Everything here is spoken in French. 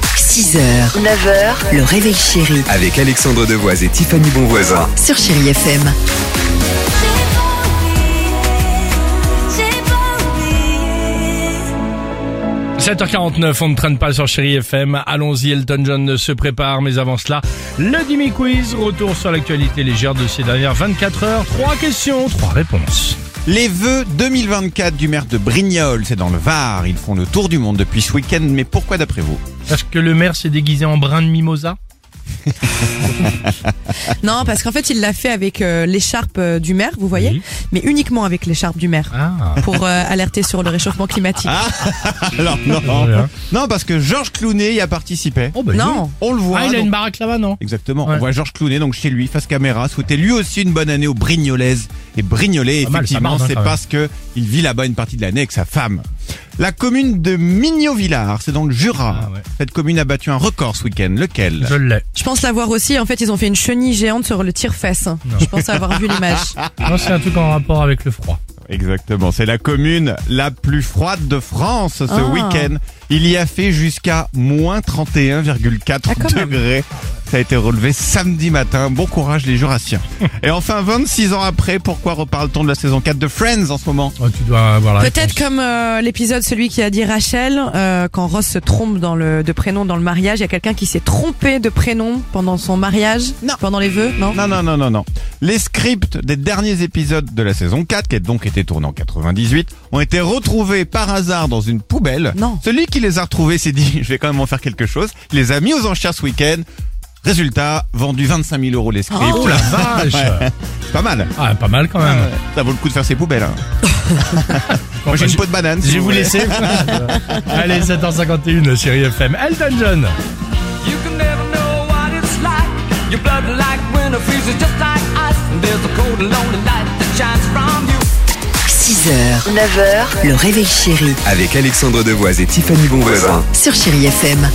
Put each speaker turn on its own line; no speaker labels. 6h, 9h, le réveil chéri
Avec Alexandre Devoise et Tiffany Bonvoisin.
sur Chéri FM.
J'ai pas oublié.
7h49, on ne traîne pas sur Chéri FM. Allons-y, Elton John se prépare, mais avant cela, le Dimi Quiz, retour sur l'actualité légère de ces dernières 24 heures. Trois questions, trois réponses.
Les vœux 2024 du maire de Brignoles, c'est dans le Var. Ils font le tour du monde depuis ce week-end, mais pourquoi d'après vous
Parce que le maire s'est déguisé en brin de mimosa
Non, parce qu'en fait, il l'a fait avec euh, l'écharpe euh, du maire, vous voyez,
Oui.
mais uniquement avec l'écharpe du maire
Ah,
pour euh, alerter sur le réchauffement climatique.
Alors
Ouais,
non,
hein.
non parce que Georges Clounet y a participé.
oh bah, dis donc.
non,
On le voit.
Ah, il a
donc-
une baraque là-bas, non
Exactement.
Ouais.
On voit Georges Clounet donc chez lui face caméra souhaiter lui aussi une bonne année aux Brignolaises et Brignolais.
Pas mal, ça
effectivement,
marche, hein,
c'est
quand même.
parce que il vit là-bas une partie de l'année avec sa femme. La commune de Mignot-Villars, c'est dans le Jura.
Ah ouais.
Cette commune a battu un record ce week-end. Lequel
Je l'ai.
je pense l'avoir aussi. En fait, ils ont fait une chenille géante sur le tire-fesse. Je pense avoir vu l'image.
Non, c'est un truc en rapport avec le froid.
Exactement, c'est la commune la plus froide de France ce
Ah.
week-end. Il y a fait jusqu'à moins 31,4
Ah, quand même.
degrés. Ça a été relevé samedi matin. Bon courage les Jurassiens. Et enfin, 26 ans après, pourquoi reparle-t-on de la saison 4 de Friends en ce moment
Oh, tu dois avoir la
Peut-être
réponse.
comme euh, l'épisode celui qui a dit Rachel euh, quand Ross se trompe dans le de prénom dans le mariage, il y a quelqu'un qui s'est trompé de prénom pendant son mariage,
Non.
pendant les vœux, non
Non, non, non, non, non. Les scripts des derniers épisodes de la saison 4, qui a donc été tourné en 98, ont été retrouvés par hasard dans une poubelle.
Non.
Celui qui les a retrouvés s'est dit, je vais quand même en faire quelque chose. Il les a mis aux enchères ce week-end. Résultat, vendu 25 000 euros les scripts.
Oh la
Ah,
vache
Pas mal.
Ah, pas mal quand même.
Ça vaut le coup de faire ses poubelles. hein.
Bon,
Moi, j'ai
bah,
une peau de banane.
je
si
vais vous
voulez.
laisser. Allez, 7h51, Chéri FM. Elton John
You can never know what it's like. Your blood like winter freezes just like ice. And there's a cold and lonely light that shines from you.
6h, 9h, le réveil chéri
Avec Alexandre Devoise et Tiffany Bonvoisin.
sur Chéri FM.